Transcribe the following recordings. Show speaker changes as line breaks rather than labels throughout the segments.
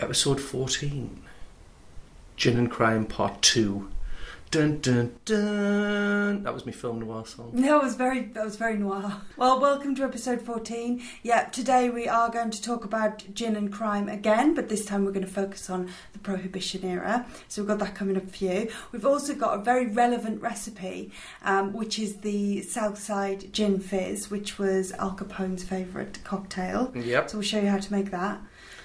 episode 14 Gin and Crime Part 2. Dun dun dun! That was my film noir song.
That was very that was very noir. Well, welcome to episode 14. Yeah, today we are going to talk about gin and crime again, but this time we're going to focus on the prohibition era. So we've got that coming up for you. We've also got a very relevant recipe, um, which is the Southside Gin Fizz, which was Al Capone's favourite cocktail.
Yep.
So we'll show you how to make that.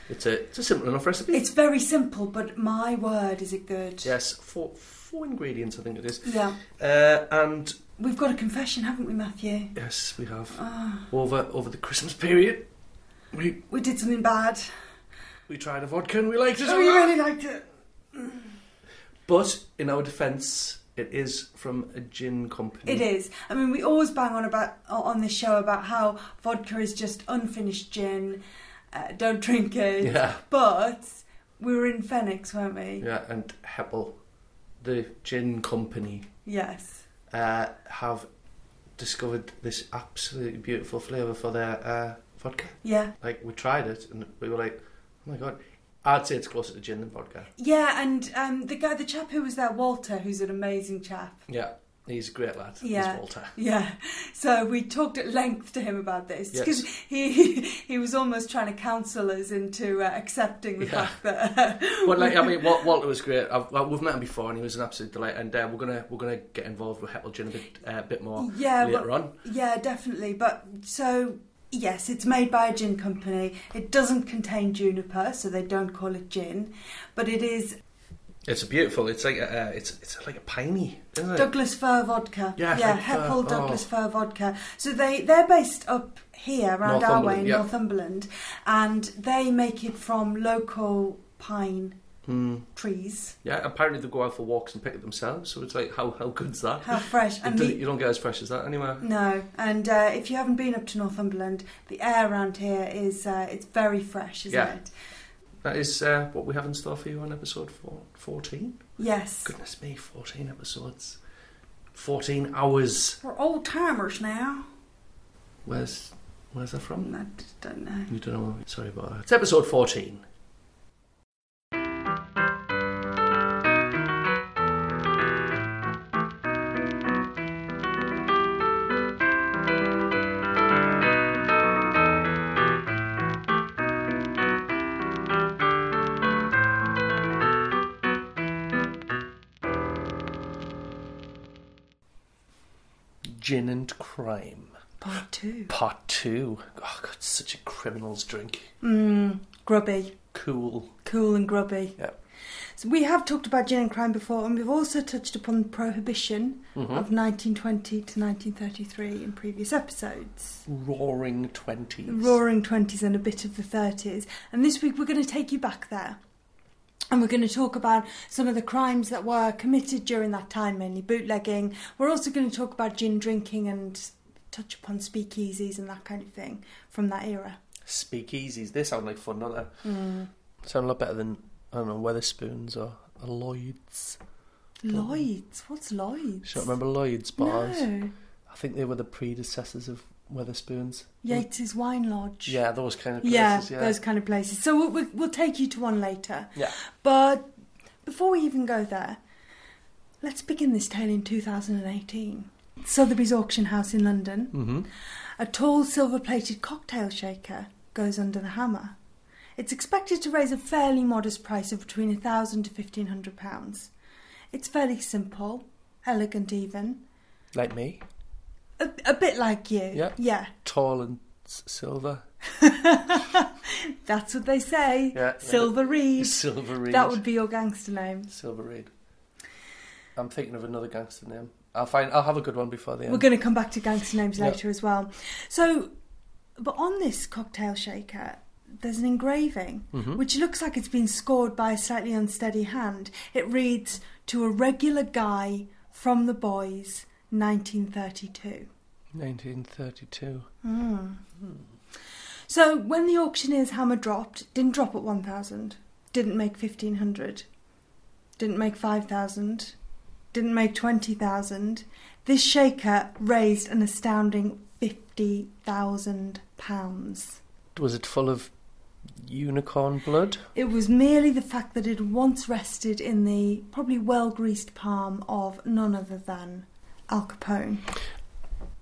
It's a, it's a simple enough recipe.
It's very simple, but my word, is it good?
yes, four, four ingredients I think it is.
Yeah.
Uh, and
We've got a confession, haven't we, Matthew?
yes, we have
Ah,
over over the Christmas period. We
we did something bad.
we tried a vodka and we liked it.
Oh, you really liked it.
But in our defence, it is from a gin company.
It is. I mean, we always bang on about on this show about how vodka is just unfinished gin. Uh, don't drink it.
Yeah,
But we were in Phoenix, weren't we?
yeah, and Heppel, the gin company.
Yes.
uh, have discovered this absolutely beautiful flavour for their uh, vodka.
Yeah.
Like, we tried it and we were like, oh my god, I'd say it's closer to gin than vodka.
Yeah, and um, the guy, the chap who was there, Walter, who's an amazing chap.
Yeah, he's a great lad.
Yeah.
He's Walter.
Yeah, so we talked at length to him about this
Yes.
because he he was almost trying to counsel us into uh, accepting the
Yeah.
fact that.
But like, I mean, Wal- Walter was great. I've, well, we've met him before, and he was an absolute delight. And uh, we're gonna we're gonna get involved with Heppel Gin a bit uh, bit more
yeah, well,
later on.
Yeah, definitely. But so, yes, it's made by a gin company. It doesn't contain juniper, so they don't call it gin. But it is
It's beautiful. It's like a, uh, it's it's like a piney, isn't it?
Douglas Fir vodka.
Yeah,
yeah,
like fir-
Heppel
oh.
Douglas Fir vodka. So they they're based up here around our way
Northumberland,
in
yeah.
Northumberland, and they make it from local pine
Hmm.
trees.
Yeah. Apparently, they go out for walks and pick it themselves. So it's like, how how good's that?
How fresh!
It
And
do-
the,
you don't get as fresh as that anywhere.
no, and uh, if you haven't been up to Northumberland, the air around here is uh, it's very fresh, isn't
Yeah.
it?
That is uh, what we have in store for you on episode four, 14.
Yes.
Goodness me, 14 episodes. 14 hours.
We're old timers now.
Where's where's that from?
Mm, I d- don't know.
You don't know. Sorry about that. It's episode 14. Gin and Crime,
Part two.
Part 2. Oh, God, such a criminal's drink.
Mm, grubby.
Cool.
Cool and grubby.
Yep.
So we have talked about gin and crime before, and we've also touched upon prohibition
Mm-hmm.
of 1920 to 1933 in previous episodes.
Roaring
The
twenties.
roaring 20s and a bit of the 30s. And this week we're going to take you back there. And we're going to talk about some of the crimes that were committed during that time, mainly bootlegging. We're also going to talk about gin drinking and touch upon speakeasies and that kind of thing from that era.
Speakeasies. They sound like fun, don't they?
Mm.
Sound a lot better than I don't know Weatherspoons or a Lloyd's.
Lloyd's. What's
I
Lloyd's?
don't remember Lloyd's bars. Mm.
No.
I think they were the predecessors of Weatherspoons.
Yates's Wine Lodge.
Yeah, those kind of
Yeah,
places. Yeah.
those kind of places. So we'll, we'll, we'll take you to one later.
Yeah.
But before we even go there, let's begin this tale in 2018. Sotheby's Auction House in London.
Mm-hmm.
A tall silver plated cocktail shaker goes under the hammer. It's expected to raise a fairly modest price of between a thousand to fifteen hundred pounds. It's fairly simple, elegant even.
Like me,
A, a bit like you.
Yeah.
Yeah.
tall and s- silver.
That's what they say.
Yeah.
Silver Reed.
Silver Reed.
That would be your gangster name.
Silver Reed. I'm thinking of another gangster name. I'll find. I'll have a good one before the end.
We're going to come back to gangster names
Yeah.
later as well. So, but on this cocktail shaker, there's an engraving
Mhm.
which looks like it's been scored by a slightly unsteady hand. It reads, To a regular guy from the boys, 1932.
1932.
Mm. So when the auctioneer's hammer dropped, didn't drop at 1,000, didn't make 1,500, didn't make 5,000, didn't make 20,000, this shaker raised an astounding £50,000.
Was it full of unicorn blood.
It was merely the fact that it once rested in the probably well greased palm of none other than Al Capone.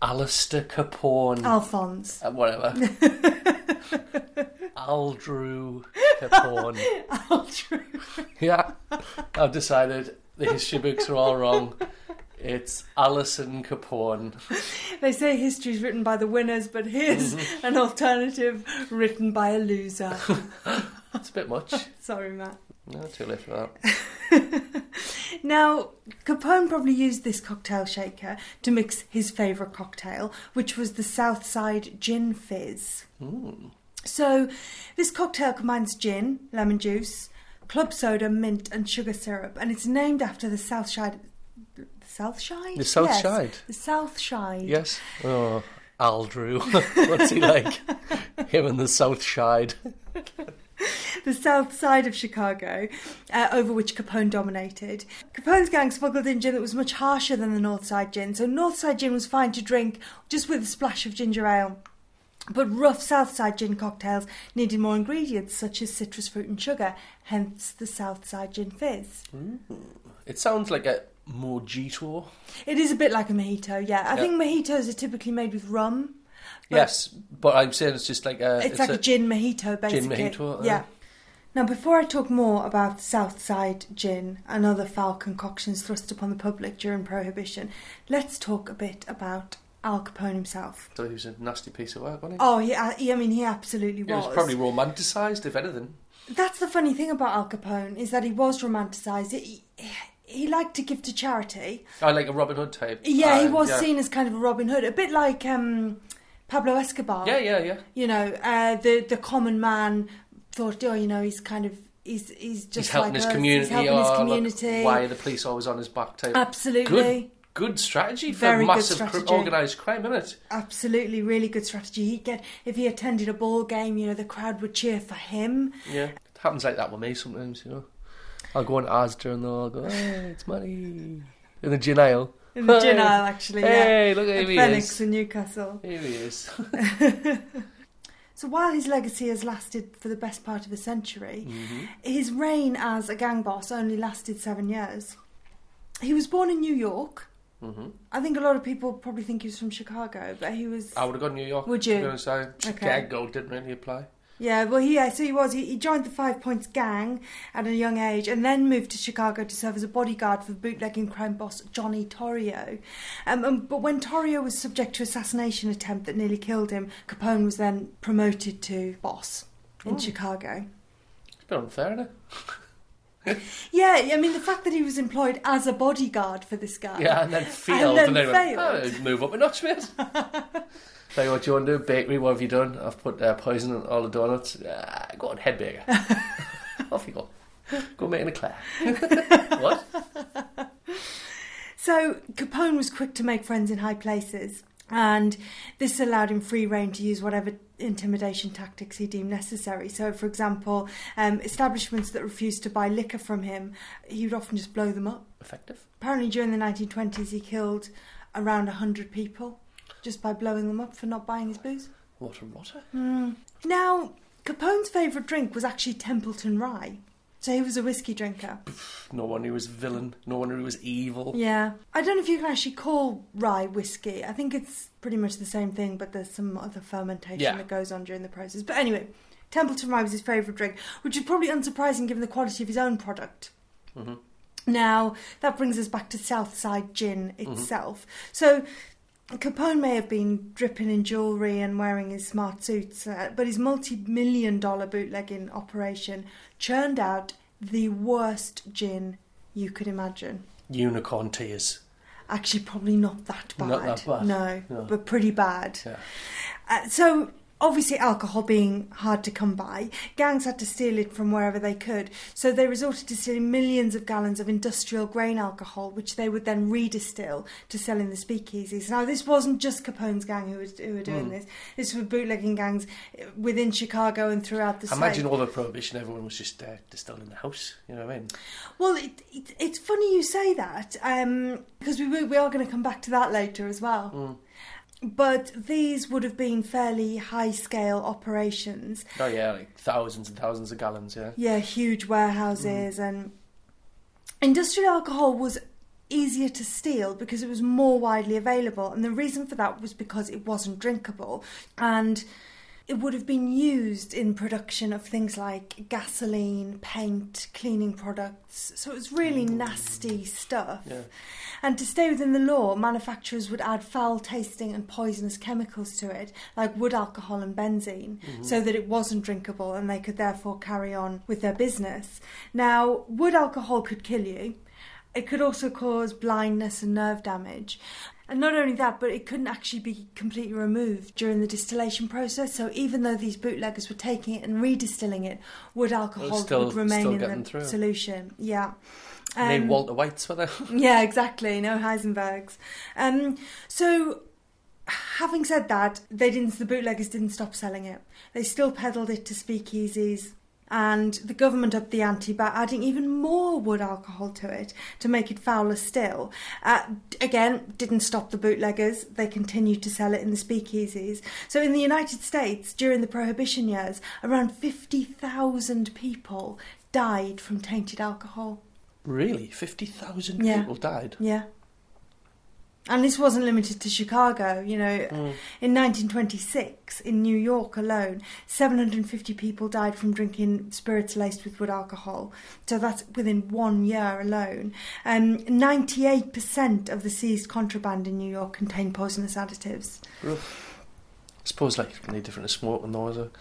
Alistair Capone.
Alphonse.
Uh, whatever. Aldrew Capone.
Aldrew.
Yeah, I've decided the history books are all wrong. It's Alison Capone.
They say history's written by the winners, but here's
Mm-hmm.
an alternative written by a loser.
That's a bit much.
Sorry, Matt.
No, too late for that.
Now, Capone probably used this cocktail shaker to mix his favourite cocktail, which was the Southside Gin Fizz.
Mm.
So, this cocktail combines gin, lemon juice, club soda, mint, and sugar syrup, and it's named after the Southside. The Southside?
The South
Yes,
Side.
The Southside.
Yes. Oh, Aldrew. What's he like? Him and the South Side.
the south side of Chicago, uh, over which Capone dominated. Capone's gang smuggled in gin that was much harsher than the north side gin, so north side gin was fine to drink just with a splash of ginger ale. But rough south side gin cocktails needed more ingredients such as citrus fruit and sugar, hence the south side gin fizz.
It sounds like a mojito.
It is a bit like a mojito, yeah.
Yeah.
I think mojitos are typically made with rum. but
Yes, but I'm saying Uh, it's just like a.
It's, like a, gin mojito,
Gin
basically.
mojito, uh.
yeah. Now, before I talk more about Southside gin and other foul concoctions thrust upon the public during Prohibition, let's talk a bit about Al Capone himself.
So he was a nasty piece of work, wasn't he?
Oh, he, he I mean, he absolutely
it was probably romanticised, if anything.
That's the funny thing about Al Capone is that he was romanticised. He, he liked to give to charity.
I like a Robin Hood type.
Yeah, he
Uh,
was
yeah.
seen as kind of a Robin Hood, a bit like um, Pablo Escobar.
Yeah, yeah, yeah.
you know, uh, the the common man thought, oh, you know, he's kind of he's he's just
he's helping
like
his
us,
community.
he's helping his
or, look,
community.
why are the police always on his back? Type.
Absolutely,
Good strategy for
Very good
massive
strategy.
Cr- organised crime, isn't it?
absolutely, really good strategy. He'd get if he attended a ball game, you know, the crowd would cheer for him.
Yeah. It happens like that with me sometimes, you know. I'll go on Asda and they'll all go, hey, it's money. In the gin aisle.
In the
Hey.
gin aisle, actually, yeah.
Hey, look at
At
him, he
Phoenix
is.
in Newcastle.
Here he is.
So while his legacy has lasted for the best part of a century,
Mhm.
his reign as a gang boss only lasted seven years. He was born in New York.
Mhm.
I think a lot of people probably think he was from Chicago, but he was.
I would have gone New York.
Would
To
you?
be honest, I, Chicago didn't really apply.
Yeah, well, he, yeah, so he was. He, he joined the Five Points Gang at a young age and then moved to Chicago to serve as a bodyguard for bootlegging crime boss Johnny Torrio. Um, um, but when Torrio was subject to assassination attempt that nearly killed him, Capone was then promoted to boss in
Oh.
Chicago.
It's a bit unfair, isn't it?
Yeah, I mean, the fact that he was employed as a bodyguard for this guy.
Yeah, and then failed.
Uh, then
And then, went,
failed.
"Oh, move up a notch, mate. Tell you what you want to do, bakery, what have you done? I've put uh, poison in all the donuts. Uh, go on, head baker. Off you go. Go make an eclair. what?
So Capone was quick to make friends in high places, and this allowed him free rein to use whatever intimidation tactics he deemed necessary. So, for example, um, establishments that refused to buy liquor from him, he would often just blow them up.
Effective.
Apparently, during the 1920s, he killed around 100 people just by blowing them up for not buying his booze.
What a rotter.
Hmm. Now, Capone's favourite drink was actually Templeton Rye. So he was a whiskey drinker.
No one who was villain. No one who was evil.
Yeah. I don't know if you can actually call rye whiskey. I think it's pretty much the same thing, but there's some other fermentation
Yeah.
that goes on during the process. But anyway, Templeton rye was his favourite drink, which is probably unsurprising given the quality of his own product.
hmm
Now, that brings us back to Southside gin itself. So, Capone may have been dripping in jewellery and wearing his smart suits, uh, but his multi million dollar bootlegging operation churned out the worst gin you could imagine.
Unicorn tears.
Actually, probably not that bad.
Not that bad.
No,
No.
but pretty bad.
Yeah.
Uh, so, obviously, alcohol being hard to come by, gangs had to steal it from wherever they could. So, they resorted to stealing millions of gallons of industrial grain alcohol, which they would then redistill to sell in the speakeasies. Now, this wasn't just Capone's gang who, was, who were doing
Mm.
this, this were bootlegging gangs uh, within Chicago and throughout the state.
Imagine all the prohibition. Everyone was just uh, distilled in the house. You know what I mean?
Well, it, it, it's funny you say that um, because we, will- we are going to come back to that later as well.
Mm.
But these would have been fairly high scale operations.
Oh yeah, like thousands and thousands of gallons. Yeah.
Yeah, huge warehouses and industrial alcohol was easier to steal because it was more widely available and the reason for that was because it wasn't drinkable and it would have been used in production of things like gasoline, paint, cleaning products. So it was really nasty stuff.
Yeah.
And to stay within the law, manufacturers would add foul tasting and poisonous chemicals to it, like wood alcohol and benzene,
Mm-hmm.
so that it wasn't drinkable and they could therefore carry on with their business. Now, wood alcohol could kill you. It could also cause blindness and nerve damage. And not only that, but it couldn't actually be completely removed during the distillation process. So even though these bootleggers were taking it and redistilling it, wood alcohol
still-
would remain
still
in
getting
the
through.
solution. Yeah.
And they
Um,
Walter Whites were there.
yeah, exactly. No Heisenbergs. Um, so, having said that, they didn't. The bootleggers didn't stop selling it. They still peddled it to speakeasies, and the government upped the ante by adding even more wood alcohol to it to make it fouler still. Uh, d- again, didn't stop the bootleggers. They continued to sell it in the speakeasies. So, in the United States during the Prohibition years, around fifty thousand people died from tainted alcohol.
really, fifty thousand
Yeah.
people died.
Yeah. And this wasn't limited to Chicago. You know,
Mm.
in 1926, in New York alone, 750 people died from drinking spirits laced with wood alcohol. So that's within one year alone. Um, 98% of the seized contraband in New York contained poisonous additives.
I suppose like it's no different to smoking though, is it?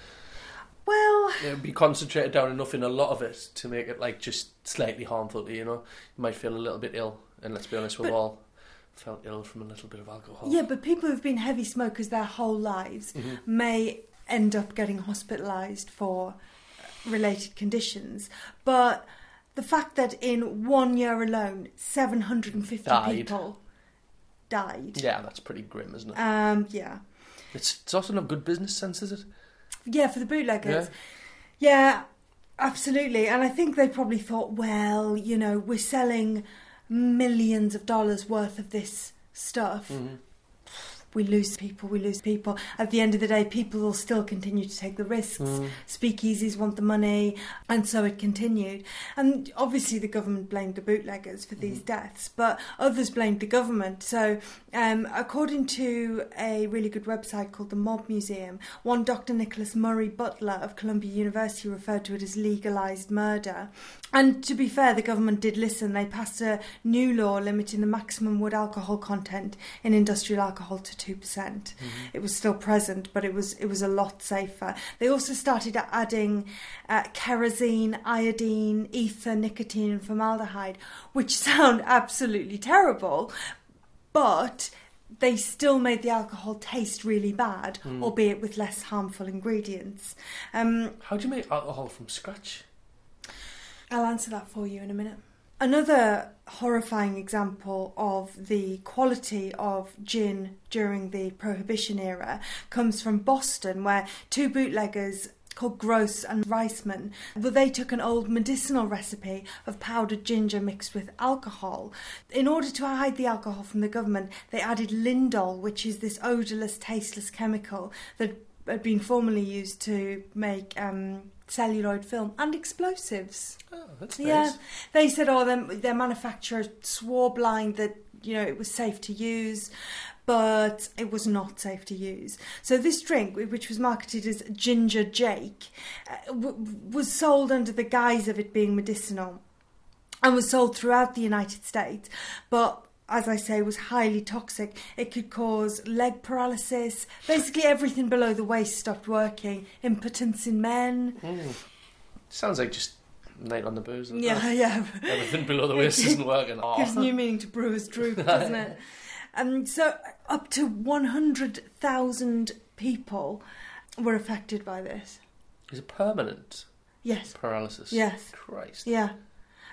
Well,
It would be concentrated down enough in a lot of it to make it like just slightly harmful to you, you know. You might feel a little bit ill, and let's be honest, we've
But-
all felt ill from a little bit of alcohol.
yeah, but people who've been heavy smokers their whole lives
Mhm.
may end up getting hospitalised for related conditions. But the fact that in one year alone, 750
Died.
people died.
Yeah, that's pretty grim, isn't it?
Um, yeah.
It's, it's also not good business sense, is it?
Yeah, for the bootleggers. Yeah. absolutely. And I think they probably thought, well, you know, we're selling millions of dollars worth of this stuff.
Mhm.
We lose people, we lose people. At the end of the day, people will still continue to take the risks.
Mm-hmm.
Speakeasies want the money, and so it continued. And obviously, the government blamed the bootleggers for these deaths, but others blamed the government. So, um, according to a really good website called the Mob Museum, one Dr. Nicholas Murray Butler of Columbia University referred to it as legalized murder. And to be fair, the government did listen. They passed a new law limiting the maximum wood alcohol content in industrial alcohol to two percent. It was still present, but it was it was a lot safer. They also started adding uh, kerosene, iodine, ether, nicotine, and formaldehyde, which sound absolutely terrible, but they still made the alcohol taste really bad, albeit with less harmful ingredients. Um,
How do you make alcohol from scratch?
I'll answer that for you in a minute. Another horrifying example of the quality of gin during the Prohibition era comes from Boston, where two bootleggers called Gross and Reisman, well, they took an old medicinal recipe of powdered ginger mixed with alcohol. In order to hide the alcohol from the government, they added lindol, which is this odourless, tasteless chemical that had been formerly used to make um, celluloid film and explosives.
Oh, that's
Yeah,
nice.
they said, oh, their, their manufacturer swore blind that you know it was safe to use, but it was not safe to use. So this drink, wh- which was marketed as ginger Jake, uh, w- was sold under the guise of it being medicinal, and was sold throughout the United States, but. As I say, was highly toxic. It could cause leg paralysis. Basically, everything below the waist stopped working. Impotence in men.
Mm. Sounds like just night on the booze. doesn't
Yeah,
it?
yeah.
Everything below the waist isn't working. Oh.
gives new meaning to brewer's droop, doesn't it? Um, so up to 100,000 people were affected by this.
Is it permanent
Yes,
paralysis?
yes,
Christ.
yeah.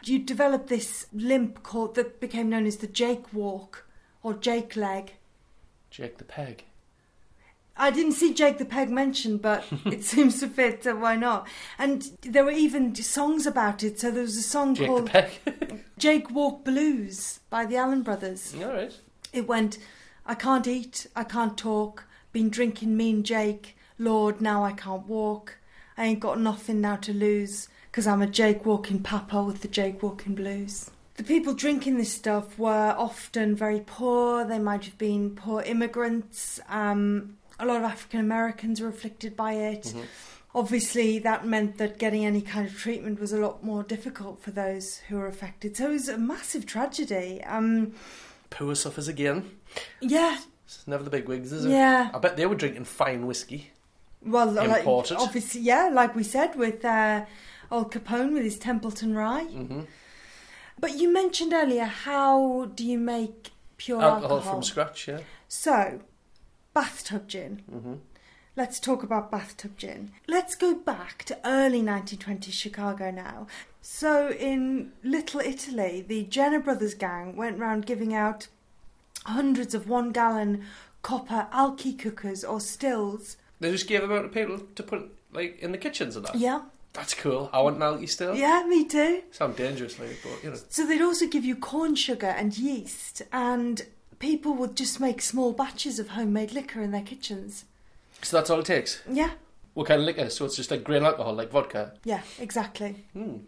You developed this limp called that became known as the Jake walk or Jake leg.
Jake the peg.
I didn't see Jake the Peg mentioned, but it seems to fit, so why not? And there were even songs about it. So there was a song
Jake
called
the peg.
Jake Walk Blues by the Allen Brothers.
All right.
It went, I can't eat, I can't talk, been drinking mean Jake, Lord, now I can't walk. I ain't got nothing now to lose, cause I'm a Jake walking papa with the Jake walking blues. The people drinking this stuff were often very poor, they might have been poor immigrants, um, a lot of African Americans were afflicted by it.
Mhm.
Obviously, that meant that getting any kind of treatment was a lot more difficult for those who were affected. So it was a massive tragedy. Um,
Poor suffers again.
yeah,
It's never the big wigs, is it?
yeah.
I bet they were drinking fine whiskey.
Well, like,
Imported.
obviously, yeah, like we said with uh, old Capone with his Templeton Rye.
hmm
But you mentioned earlier how do you make pure
Alcohol,
alcohol?
from scratch, yeah.
so, bathtub gin.
Mm-hmm.
Let's talk about bathtub gin. Let's go back to early 1920s Chicago now. So, in Little Italy, the Jenner Brothers gang went round giving out hundreds of one gallon copper alky cookers or stills.
They just gave them out to people to put like in the kitchens and that.
Yeah,
That's cool. I want an alky still.
yeah, me too.
Sound dangerous, like, but you know.
So they'd also give you corn sugar and yeast, and people would just make small batches of homemade liquor in their kitchens.
So that's all it takes.
Yeah,
What kind of liquor? So it's just like grain alcohol, like vodka.
yeah, exactly.
Hmm.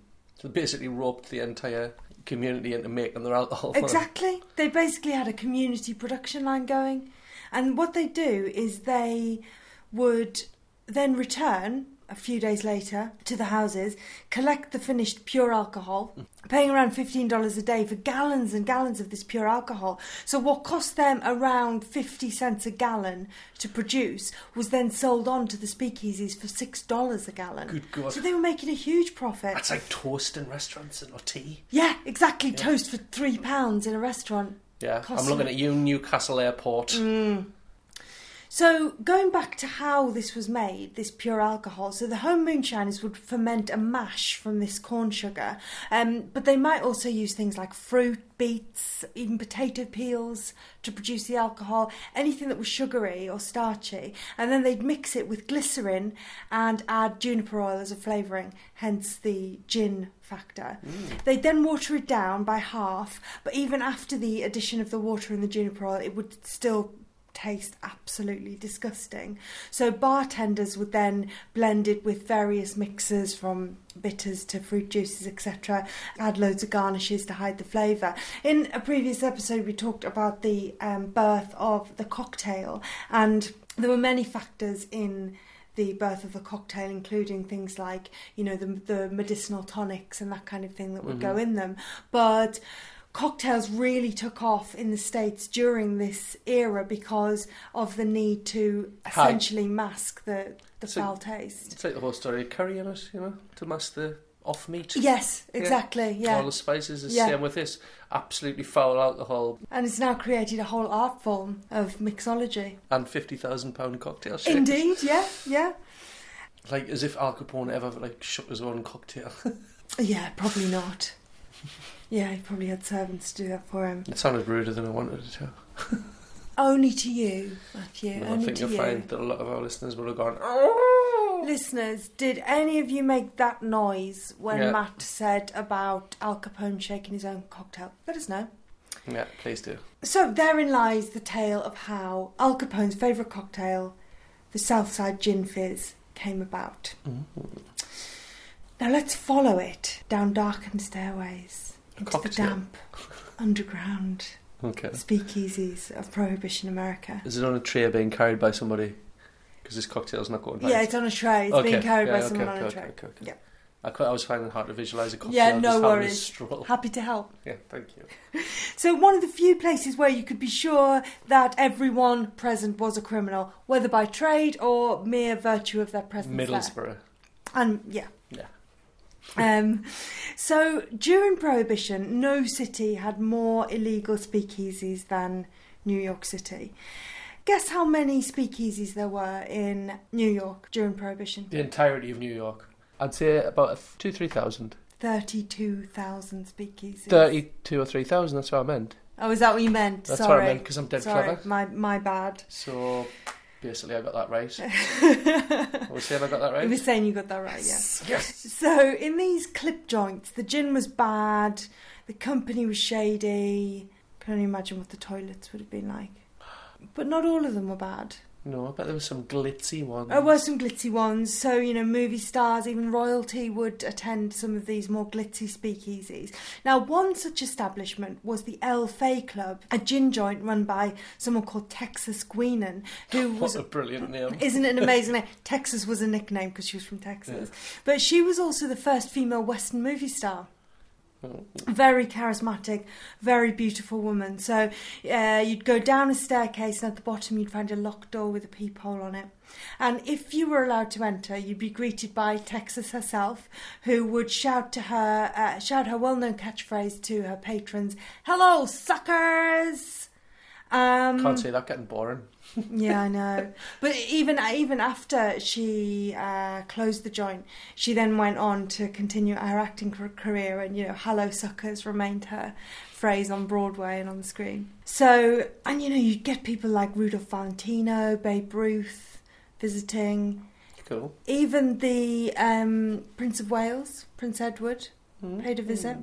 So they basically roped the entire community into making their alcohol. for them.
Exactly. They basically had a community production line going, and what they do is they would then return a few days later to the houses, collect the finished pure alcohol, paying around $15 a day for gallons and gallons of this pure alcohol. So, what cost them around 50 cents a gallon to produce was then sold on to the speakeasies for $6 a gallon.
Good God.
So, they were making a huge profit.
That's like toast in restaurants and or tea.
yeah, exactly. Toast for £3 pounds in a restaurant.
Yeah.
Costly.
I'm looking at you, Newcastle Airport.
Mm. So, going back to how this was made, this pure alcohol, so the home moonshiners would ferment a mash from this corn sugar, um, but they might also use things like fruit, beets, even potato peels to produce the alcohol, anything that was sugary or starchy, and then they'd mix it with glycerin and add juniper oil as a flavouring, hence the gin factor. They'd then water it down by half, but even after the addition of the water and the juniper oil, it would still taste absolutely disgusting. So bartenders would then blend it with various mixers from bitters to fruit juices, etc. Add loads of garnishes to hide the flavour. In a previous episode, we talked about the um, birth of the cocktail, and there were many factors in. The birth of the cocktail, including things like you know the, the medicinal tonics and that kind of thing that would go in them, but cocktails really took off in the states during this era because of the need to
Hi.
essentially mask the the
So-
foul taste.
It's like the whole story of curry in it, you know, to mask the off meat.
Yes, exactly. Yeah,
All the spices is
Yeah.
same with this. Absolutely foul alcohol
and it's now created a whole art form of mixology.
and fifty thousand pound cocktail shakers.
Indeed, yeah, yeah,
Like as if Al Capone ever like shot his own cocktail.
yeah. Probably not. Yeah, he probably had servants do that for him.
It sounded ruder than I wanted it to.
Only to you, Matthew.
And I
only
think
to
you'll
you.
find that a lot of our listeners will have gone, oh!
Listeners, did any of you make that noise when
Yeah.
Matt said about Al Capone shaking his own cocktail? Let us know.
Yeah, please do.
So therein lies the tale of how Al Capone's favourite cocktail, the Southside Gin Fizz, came about. Now let's follow it down darkened stairways into the
cocktail.
damp underground
Okay.
speakeasies of Prohibition America.
Is it on a tray being carried by somebody? Because this cocktail's not going right.
Yeah, it's on a tray. It's being carried by someone on a tray.
Okay, okay.
Yeah.
I, quite, I was finding it hard to visualise a cocktail.
Yeah,
just
no
having a
worries.
Stroll.
Happy to help.
Yeah, thank you.
So, one of the few places where you could be sure that everyone present was a criminal, whether by trade or mere virtue of their presence. there.
Middlesbrough.
And yeah.
Yeah.
um, so, during Prohibition, no city had more illegal speakeasies than New York City. Guess how many speakeasies there were in New York during Prohibition?
The entirety of New York. I'd say about two, three thousand.
32,000 speakeasies.
Thirty-two or three thousand. That's what I meant.
Oh, is that what you meant?
That's
Sorry.
what I meant because I'm dead
Sorry,
clever.
my, my bad.
So basically, I got that right. I was saying I got that
You were
right.
saying you got that right, yeah.
Yes. yes.
So in these clip joints, the gin was bad, the company was shady. Can only imagine what the toilets would have been like. but not all of them were bad.
No, I bet there were some glitzy ones.
There were some glitzy ones, so you know, movie stars, even royalty would attend some of these more glitzy speakeasies. Now, one such establishment was the El Fay Club, a gin joint run by someone called Texas Guinan, who
What
was
a brilliant name.
isn't it an amazing name? Texas was a nickname because she was from Texas. But she was also the first female Western movie star.
Oh.
Very charismatic, very beautiful woman. So uh, you'd go down a staircase, and at the bottom, you'd find a locked door with a peephole on it. And if you were allowed to enter, you'd be greeted by Texas herself, who would shout to her, uh, shout her well known catchphrase to her patrons Hello, suckers! Um,
Can't see that getting boring.
yeah, I know. But even even after she uh, closed the joint, she then went on to continue her acting car- career, and you know, "Hello, suckers" remained her phrase on Broadway and on the screen. So, and you know, you get people like Rudolph Valentino, Babe Ruth visiting,
Cool.
even the um, Prince of Wales, Prince Edward,
Hmm.
paid a visit.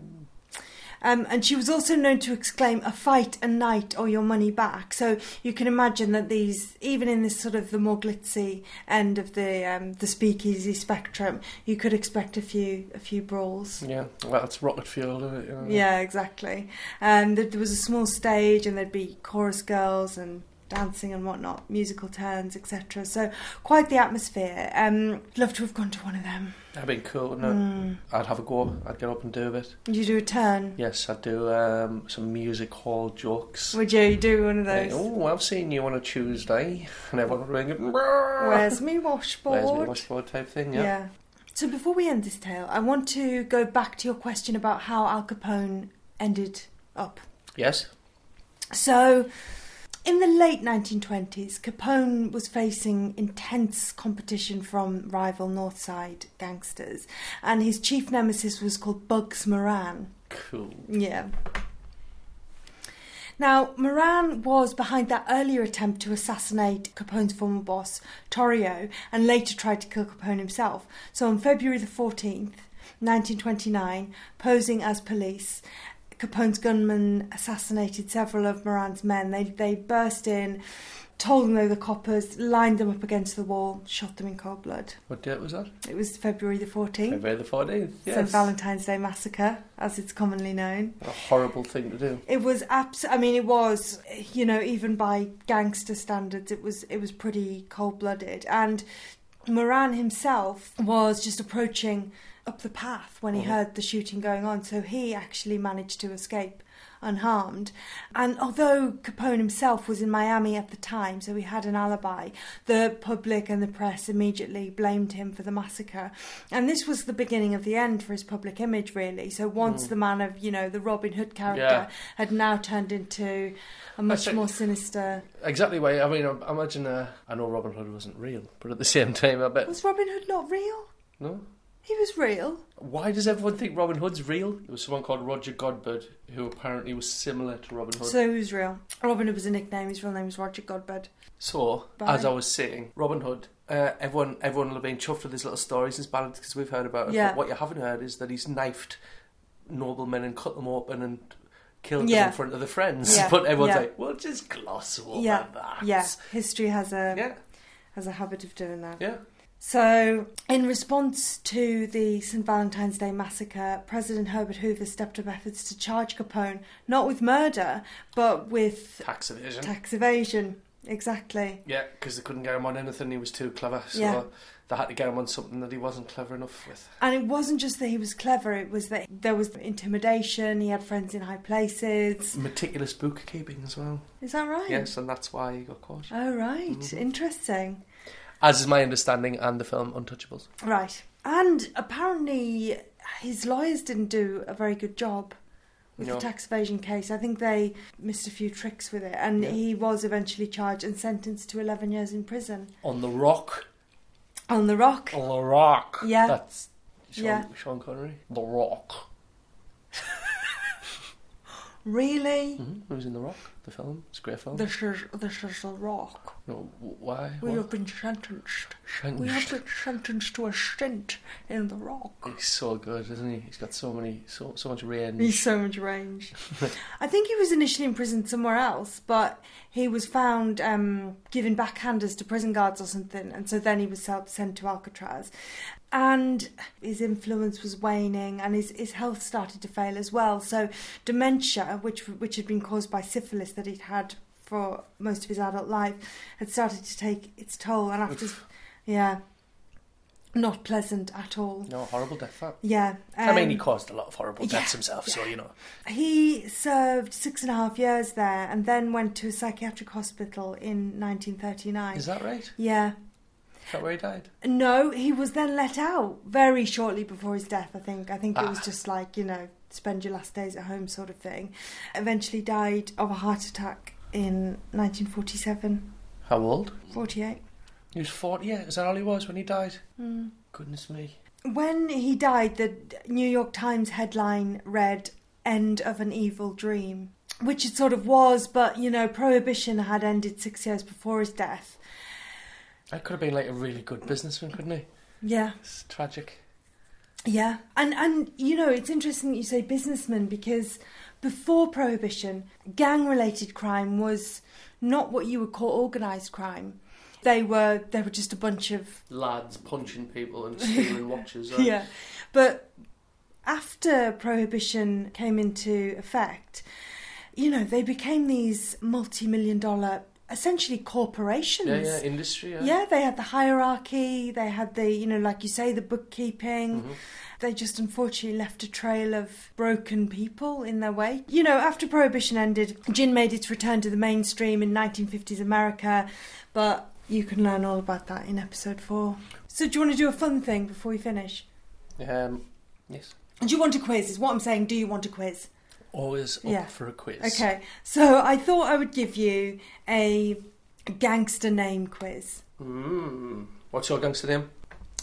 Um, and she was also known to exclaim, "A fight, a night, or your money back." So you can imagine that these, even in this sort of the more glitzy end of the um, the speakeasy spectrum, you could expect a few a few brawls.
Yeah, well, it's rocket fuel, isn't it? You know?
Yeah, exactly. Um, there, there was a small stage, and there'd be chorus girls and dancing and whatnot, musical turns, etc. So quite the atmosphere. Um, love to have gone to one of them.
That'd be cool, wouldn't it?
Mm.
I'd have a go. I'd get up and do it.
You do a turn,
Yes, I'd do um, some music hall jokes.
would you? You do one of
Like,
those.
oh, I've seen you on a Tuesday. And everyone would ring it. Where's,
Where's me washboard?
Where's my washboard type thing, yeah.
So before we end this tale, I want to go back to your question about how Al Capone ended up.
Yes?
So in the late 1920s, Capone was facing intense competition from rival North Side gangsters, and his chief nemesis was called Bugs Moran.
Cool.
Yeah. Now, Moran was behind that earlier attempt to assassinate Capone's former boss, Torrio, and later tried to kill Capone himself. So on February the 14th, 1929, posing as police, Capone's gunmen assassinated several of Moran's men. They, they burst in, told them they were the coppers, lined them up against the wall, shot them in cold blood.
What date was that?
It was February the 14th,
February the 14th. Yes.
St. Valentine's Day Massacre, as it's commonly known.
What a horrible thing to do.
It was abs- I mean, it was. You know, even by gangster standards, it was. It was pretty cold blooded. And Moran himself was just approaching up the path when he
Mhm.
heard the shooting going on. So he actually managed to escape unharmed. And although Capone himself was in Miami at the time, so he had an alibi, the public and the press immediately blamed him for the massacre. And this was the beginning of the end for his public image, really. So once
Mm.
the man of, you know, the Robin Hood character
Yeah.
had now turned into a much
think-
more sinister.
Exactly why. I mean, I imagine. Uh, I know Robin Hood wasn't real, but at the same time, I bet.
Was Robin Hood not real?
No?
He was real.
Why does everyone think Robin Hood's real? There was someone called Roger Godbert who apparently was similar to Robin Hood. So,
So he was real. Robin Hood was a nickname. His real name was Roger Godbed. Bye.
as I was saying, Robin Hood. Uh, everyone, everyone will have been chuffed with his little stories and ballads because we've heard about it.
Yeah.
But what you haven't heard is that he's knifed noblemen and cut them open and killed them
Yeah.
in front of the friends.
Yeah.
But everyone's
Yeah.
like, "Well, just gloss over
Yeah.
that."
Yeah, Um, history has a
yeah,
has a habit of doing that.
yeah.
So, in response to the St. Valentine's Day massacre, President Herbert Hoover stepped up efforts to charge Capone not with murder, but with
Tax evasion.
tax evasion. Exactly.
Yeah, because they couldn't get him on anything. He was too clever, so
Yeah.
they had to get him on something that he wasn't clever enough with.
And it wasn't just that he was clever, it was that there was intimidation, he had friends in high places.
Meticulous bookkeeping as well.
Is that right?
Yes, and that's why he got caught.
Oh, right.
Mhm.
Interesting.
As is my understanding, and the film Untouchables.
Right. And apparently, his lawyers didn't do a very good job with
No.
the tax evasion case. I think they missed a few tricks with it, and
Yeah.
he was eventually charged and sentenced to 11 years in prison
On the Rock.
on the rock.
Oh, The Rock.
Yeah.
That's Sean,
Yeah.
Sean Connery. The Rock.
Really?
Mhm, It was in The Rock, the film. It's a great film.
This is this is a rock.
No, w- why?
We
What?
have been sentenced. We have
Shanks.
been sentenced to a stint in the rock.
He's so good, isn't he? He's got so many, so so much range.
He's so much range. I think he was initially imprisoned somewhere else, but he was found um, giving backhanders to prison guards or something, and so then he was sel- sent to Alcatraz. And his influence was waning, and his, his health started to fail as well. So dementia, which which had been caused by syphilis that he'd had for most of his adult life, had started to take its toll. And after, yeah, not pleasant at all.
No, horrible death. That.
Yeah,
I mean,
um,
he caused a lot of horrible
yeah,
deaths himself, so you know.
He served six and a half years there and then went to a psychiatric hospital in 1939.
Is that right?
yeah.
Is that where he died?
No, he was then let out very shortly before his death, I think. I think it was
Ah.
just like, you know, spend your last days at home sort of thing. Eventually died of a heart attack in 1947,
How old?
48.
He was 40, yeah. Is that all he was when he died?
Mm.
Goodness me.
When he died, the New York Times headline read End of an Evil Dream, which it sort of was, but you know, Prohibition had ended six years before his death.
That could have been like a really good businessman, couldn't he?
Yeah,
It's tragic.
yeah. And, and you know, it's interesting that you say businessman because before Prohibition, gang related crime was not what you would call organised crime. They were they were just a bunch of
Lads punching people and stealing watches. and-
Yeah, but after prohibition came into effect, you know, they became these multi-million dollar, essentially corporations.
Yeah, yeah, industry. Yeah.
Yeah, they had the hierarchy, they had the, you know, like you say, the bookkeeping.
Mhm.
They just unfortunately left a trail of broken people in their wake. You know, after Prohibition ended, gin made its return to the mainstream in 1950s America, but you can learn all about that in episode four. So, do you want to do a fun thing before we finish?
Um, yes.
Do you want a quiz? Is what I'm saying. Do you want a quiz?
Always up
Yeah.
for a quiz.
Okay. So I thought I would give you a gangster name quiz.
Mm. What's your gangster name?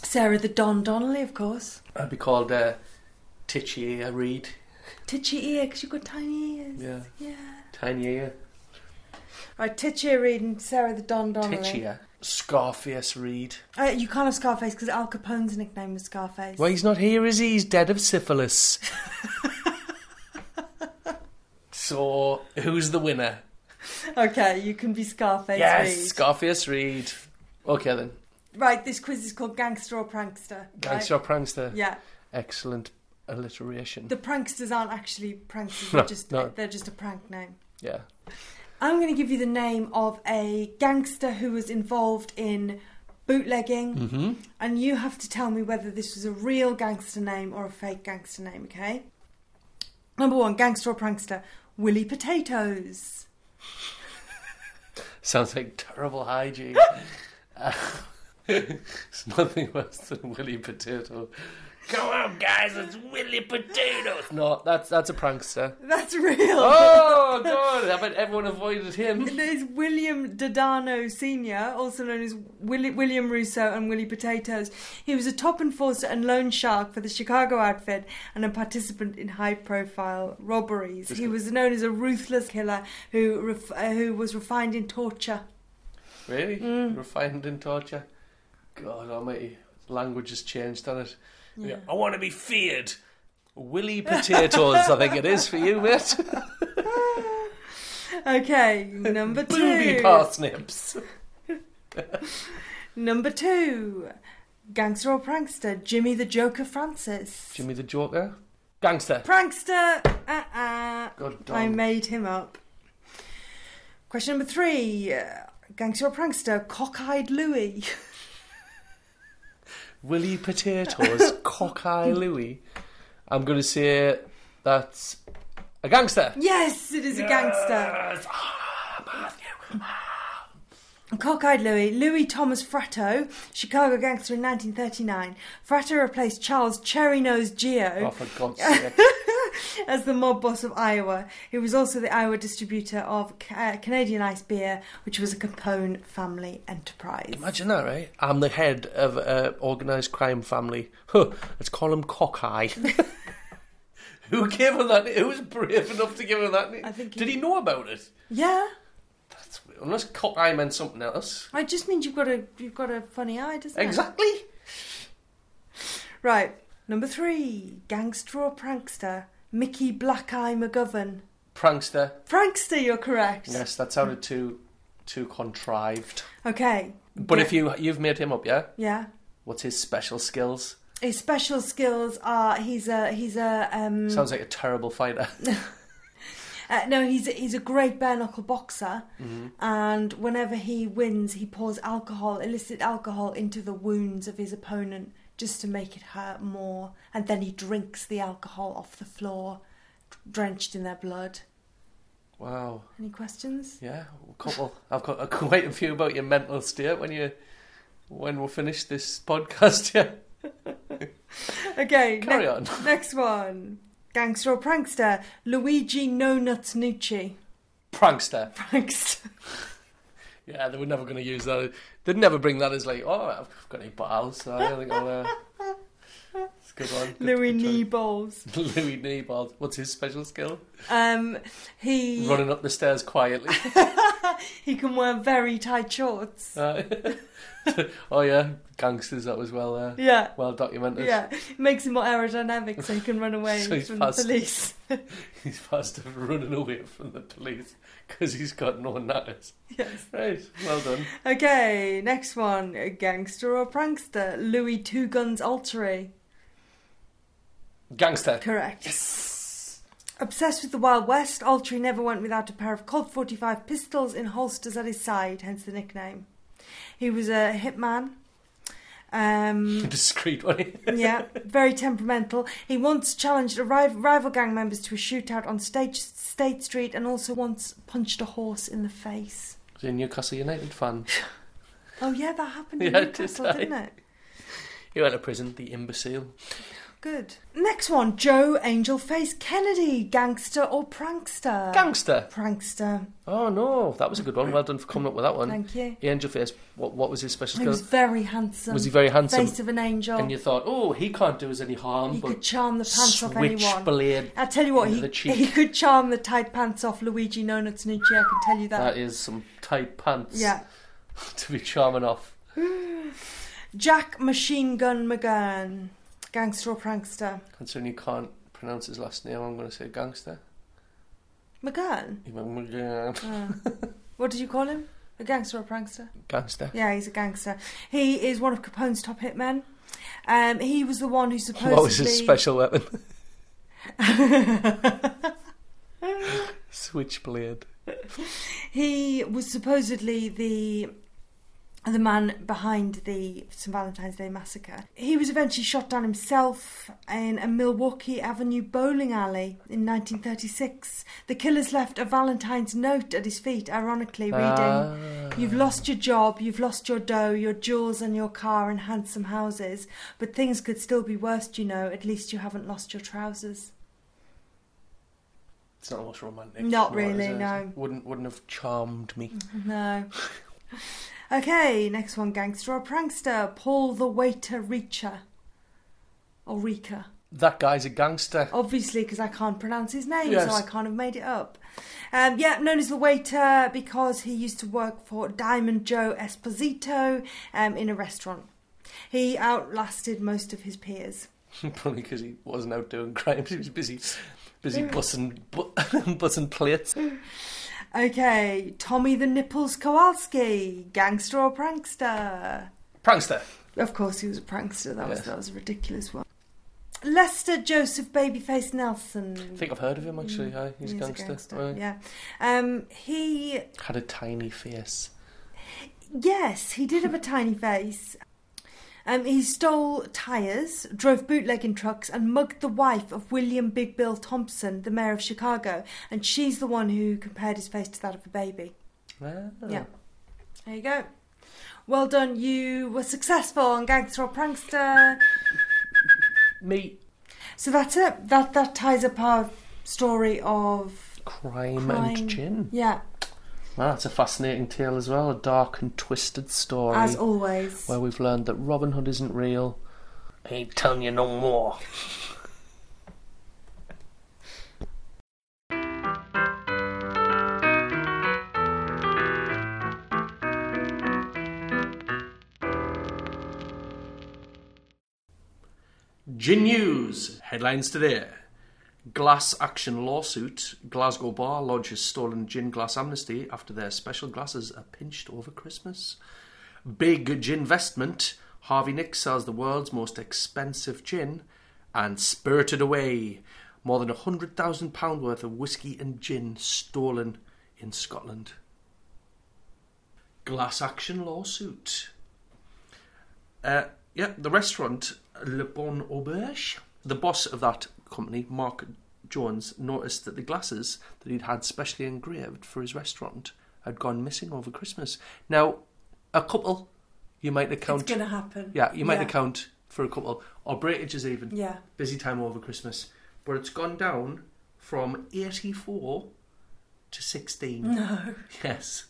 Sarah the Don Donnelly, of course.
I'd be called uh, Titchy Ear Reed.
Titchy ear, because you've got tiny ears.
Yeah.
Yeah.
Tiny Ear.
Right, Titchy ear Reed and Sarah the Don Donnelly.
Titchy Ear. Scarface Reed.
Uh, you can't have Scarface because Al Capone's nickname was Scarface.
Well, he's not here, is he? He's dead of syphilis. so, who's the winner?
Okay, you can be Scarface.
yes,
Reed.
Scarface Reed. Okay then,
right, this quiz is called Gangster or Prankster. right?
gangster or prankster.
Yeah.
Excellent alliteration.
The pranksters aren't actually pranksters.
No,
they're just
no.
they're just a prank name.
yeah.
I'm going to give you the name of a gangster who was involved in bootlegging,
Mm-hmm.
and you have to tell me whether this was a real gangster name or a fake gangster name, okay? Number one, gangster or prankster, Willy Potatoes.
Sounds like terrible hygiene. it's nothing worse than Willy Potato. Come on, guys, it's Willy Potatoes. No, that's that's a prankster.
That's real.
Oh God! I bet everyone avoided him.
It is William Dodano Sr., also known as Willi- William Russo and Willie Potatoes. He was a top enforcer and loan shark for the Chicago outfit and a participant in high profile robberies. He was known as a ruthless killer who, ref- uh, who was refined in torture.
Really?
Mm.
Refined in torture. God Almighty, language has changed, hasn't it? Yeah. I want to be feared. Willy potatoes, I think it is for you, mate.
Okay, number
Booby
two.
parsnips.
Number two. Gangster or prankster, Jimmy the Joker Francis.
Jimmy the Joker, gangster.
Prankster! Uh uh
God
I
damn.
made him up. Question number three. uh, Gangster or prankster, cockeyed Louis.
Willy potatoes, cockeye Louie. I'm going to say that's a gangster.
Yes, it is a gangster.
Yes. Ah, Matthew.
Cockeyed Louis, Louis Thomas Fratto, Chicago gangster in 1939. Fratto replaced Charles Cherry Nose
Oh,
Geo
for God's sake.
as the mob boss of Iowa. He was also the Iowa distributor of ca- uh, Canadian Ice Beer, which was a Capone family enterprise.
Imagine that, right? I'm the head of an organised crime family. Huh, let's call him Cockeye. Who gave her that? Who was brave enough to give her that name?
I think
Did he know about it?
Yeah.
That's weird. Unless Cockeye meant something else.
It just means you've got a you've got a funny eye, doesn't it?
Exactly.
Exactly. Right. Number three, gangster or prankster, Mickey Black Eye McGovern.
Prankster.
Prankster, you're correct.
Yes, that sounded too too contrived.
Okay.
But
Yeah.
if you you've made him up, yeah.
Yeah.
What's his special skills?
His special skills are he's a he's a um
Sounds like a terrible fighter.
uh, no he's a, he's a great bare knuckle boxer
Mm-hmm.
and whenever he wins he pours alcohol illicit alcohol into the wounds of his opponent just to make it hurt more and then he drinks the alcohol off the floor drenched in their blood.
Wow.
Any questions?
Yeah, a couple. I've got a, quite a few about your mental state when you when we finish this podcast. Yeah,
Okay,
carry
ne-
on.
next one. Gangster or prankster, Luigi No Nuts Nucci.
Prankster.
Prankster.
Yeah, they were never going to use that. They'd never bring that as like, oh, I've got any bottles. So I don't think I'll. Uh... It's a good one. Good-
Louis
good choice.
Kneeballs.
Louis Niebold. What's his special skill?
Um, he
Running up the stairs quietly.
he can wear very tight shorts.
Uh, oh yeah, gangsters. That was well uh,
yeah,
well documented.
yeah. Makes him more aerodynamic, so he can run away
So he's
from
fast.
the police.
He's fast at running away from the police because he's got no knackers.
yes.
Right, well done.
Okay, next one: A gangster or prankster? Louis Two Guns Altery.
Gangster.
Correct. Yes. Obsessed with the Wild West, Altry never went without a pair of Colt 45 pistols in holsters at his side, hence the nickname. He was a hitman. Um,
Discreet one.
yeah, very temperamental. He once challenged a rival, rival gang members to a shootout on stage, State Street and also once punched a horse in the face.
He's a Newcastle United fan.
Oh, yeah, that happened in
Yeah, it did,
Newcastle,
aye.
didn't it?
He went to prison, the imbecile.
Good. Next one Joe Angel Face Kennedy, gangster or prankster?
Gangster.
prankster.
Oh no, that was a good one. Well done for coming up with that one.
Thank you.
Angel face. What what was his special
He
skill?
was very handsome.
Was he very handsome?
Face of an angel.
And you thought, oh, he can't do us any harm,
he
but
could charm the pants off anyone.
switchblade.
I tell you what,
into
he,
the cheek.
he could charm the tight pants off Luigi Nonuts Nucci, I can tell you that.
That is some tight pants.
yeah.
To be charming off.
Jack Machine Gun McGurn, gangster or prankster?
Considering you can't pronounce his last name, I'm going to say gangster.
McGurn?
He went, "Yeah."
Oh. what did you call him? A gangster or prankster?
Gangster.
Yeah, he's a gangster. He is one of Capone's top hitmen. Um, he was the one who supposedly.
What was his special weapon? Switchblade.
He was supposedly the the man behind the St Valentine's Day massacre. He was eventually shot down himself in a Milwaukee Avenue bowling alley in 1936. The killers left a Valentine's note at his feet,
Uh.
ironically reading.
Ah.
You've lost your job, you've lost your dough, your jewels and your car and handsome houses, but things could still be worse, you know. At least you haven't lost your trousers.
It's not what's romantic.
Not
No, it
really,
is, uh,
no.
Wouldn't wouldn't have charmed me.
No. Okay, next one gangster or prankster? Paul the waiter reacher. Or Rika.
That guy's a gangster.
Oh. Obviously, because I can't pronounce his name,
Yes.
so I can't have made it up. Um, yeah, known as the waiter because he used to work for Diamond Joe Esposito um, in a restaurant. He outlasted most of his peers.
Probably because he wasn't out doing crimes. He was busy, busy bussing, bu- bussing plates.
Okay, Tommy the Nipples Kowalski, gangster or prankster?
Prankster.
Of course, he was a prankster. That was
Yes.
that was a ridiculous one. Lester Joseph Babyface Nelson.
I think I've heard of him actually. Aye, he's,
Mm. He's
a gangster. Aye.
Yeah. Um. He.
Had a tiny face.
Yes, he did have a tiny face. Um. He stole tires, drove bootlegging trucks, and mugged the wife of William Big Bill Thompson, the mayor of Chicago, and she's the one who compared his face to that of a baby.
Ah.
Yeah. There you go. Well done. You were successful on Gangster or Prankster.
Me.
So that's it. That that ties up our story of
Crime,
Crime.
and gin.
yeah,
Well, that's a fascinating tale as well. A dark and twisted story.
as always.
where we've learned that Robin Hood isn't real. I ain't telling you no more. Gin News headlines today. Glass action lawsuit. Glasgow bar lodges stolen gin glass amnesty after their special glasses are pinched over Christmas. Big gin investment. Harvey Nick sells the world's most expensive gin. And Spirited Away. More than £100,000 worth of whiskey and gin stolen in Scotland. Glass action lawsuit. Uh, yeah, the restaurant Le Bon Auberge. The boss of that company, Mark Jones, noticed that the glasses that he'd had specially engraved for his restaurant had gone missing over Christmas. Now, a couple, you might account.
It's going to happen.
yeah, you might
yeah.
account for a couple, or breakages even.
Yeah.
Busy time over Christmas, but it's gone down from eighty-four to sixteen.
No.
Yes,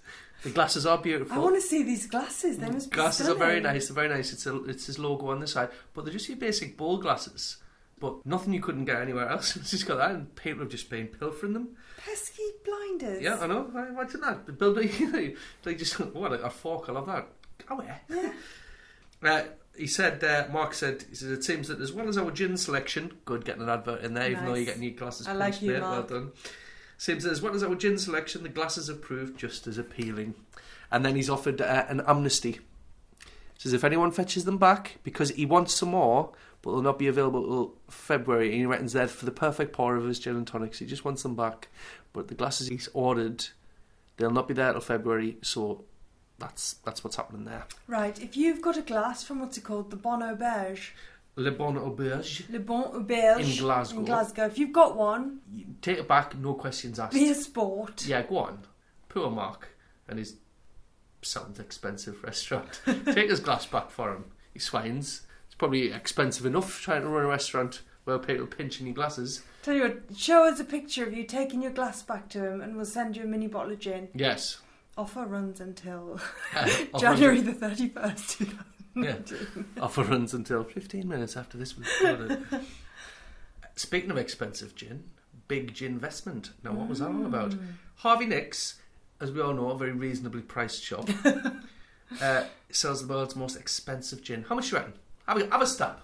the glasses are beautiful.
Mm. I want to see these glasses. They must be
Glasses are very
stunning.
nice. They're very nice. It's a, it's his logo on the side, but they're just your basic ball glasses. But nothing you couldn't get anywhere else. It's just got that, and people have just been pilfering them.
Pesky blinders.
Yeah, I know. I imagine that. The building, they just what a, a fork. I love that. Oh yeah.
Yeah.
Uh, he said, uh, Mark said, he said, it seems that as well as our gin selection, good getting an advert in there, even though
Nice.
you get new glasses.
I like
punched
you,
there,
Mark.
Well done. Seems that as well as our gin selection, the glasses have proved just as appealing. And then he's offered uh, an amnesty. Says if anyone fetches them back, because he wants some more, but they'll not be available till February. And he reckons they're for the perfect pour of his gin and tonics. He just wants them back, but the glasses he's ordered, they'll not be there till February. So that's that's what's happening there.
Right, if you've got a glass from what's it called, the Bon Auberge,
Le Bon Auberge.
Le Bon Auberge
In Glasgow.
in Glasgow, if you've got one,
Take it back, no questions asked.
be a sport.
Yeah, go on. Poor Mark and his sounds expensive restaurant. Take his glass back for him. He swines. It's probably expensive enough trying to run a restaurant where people pinching your glasses.
Tell you what, show us a picture of you taking your glass back to him, and we'll send you a mini bottle of gin.
Yes.
Offer runs until
Uh, offer-
January the thirty first.
Yeah. Offer runs until 15 minutes after this was recorded. Speaking of expensive gin, big gin investment. Now, what was that all about?
Mm.
Harvey Nicks, as we all know, a very reasonably priced shop, uh, sells the world's most expensive gin. How much do you reckon? Have a, have a stab.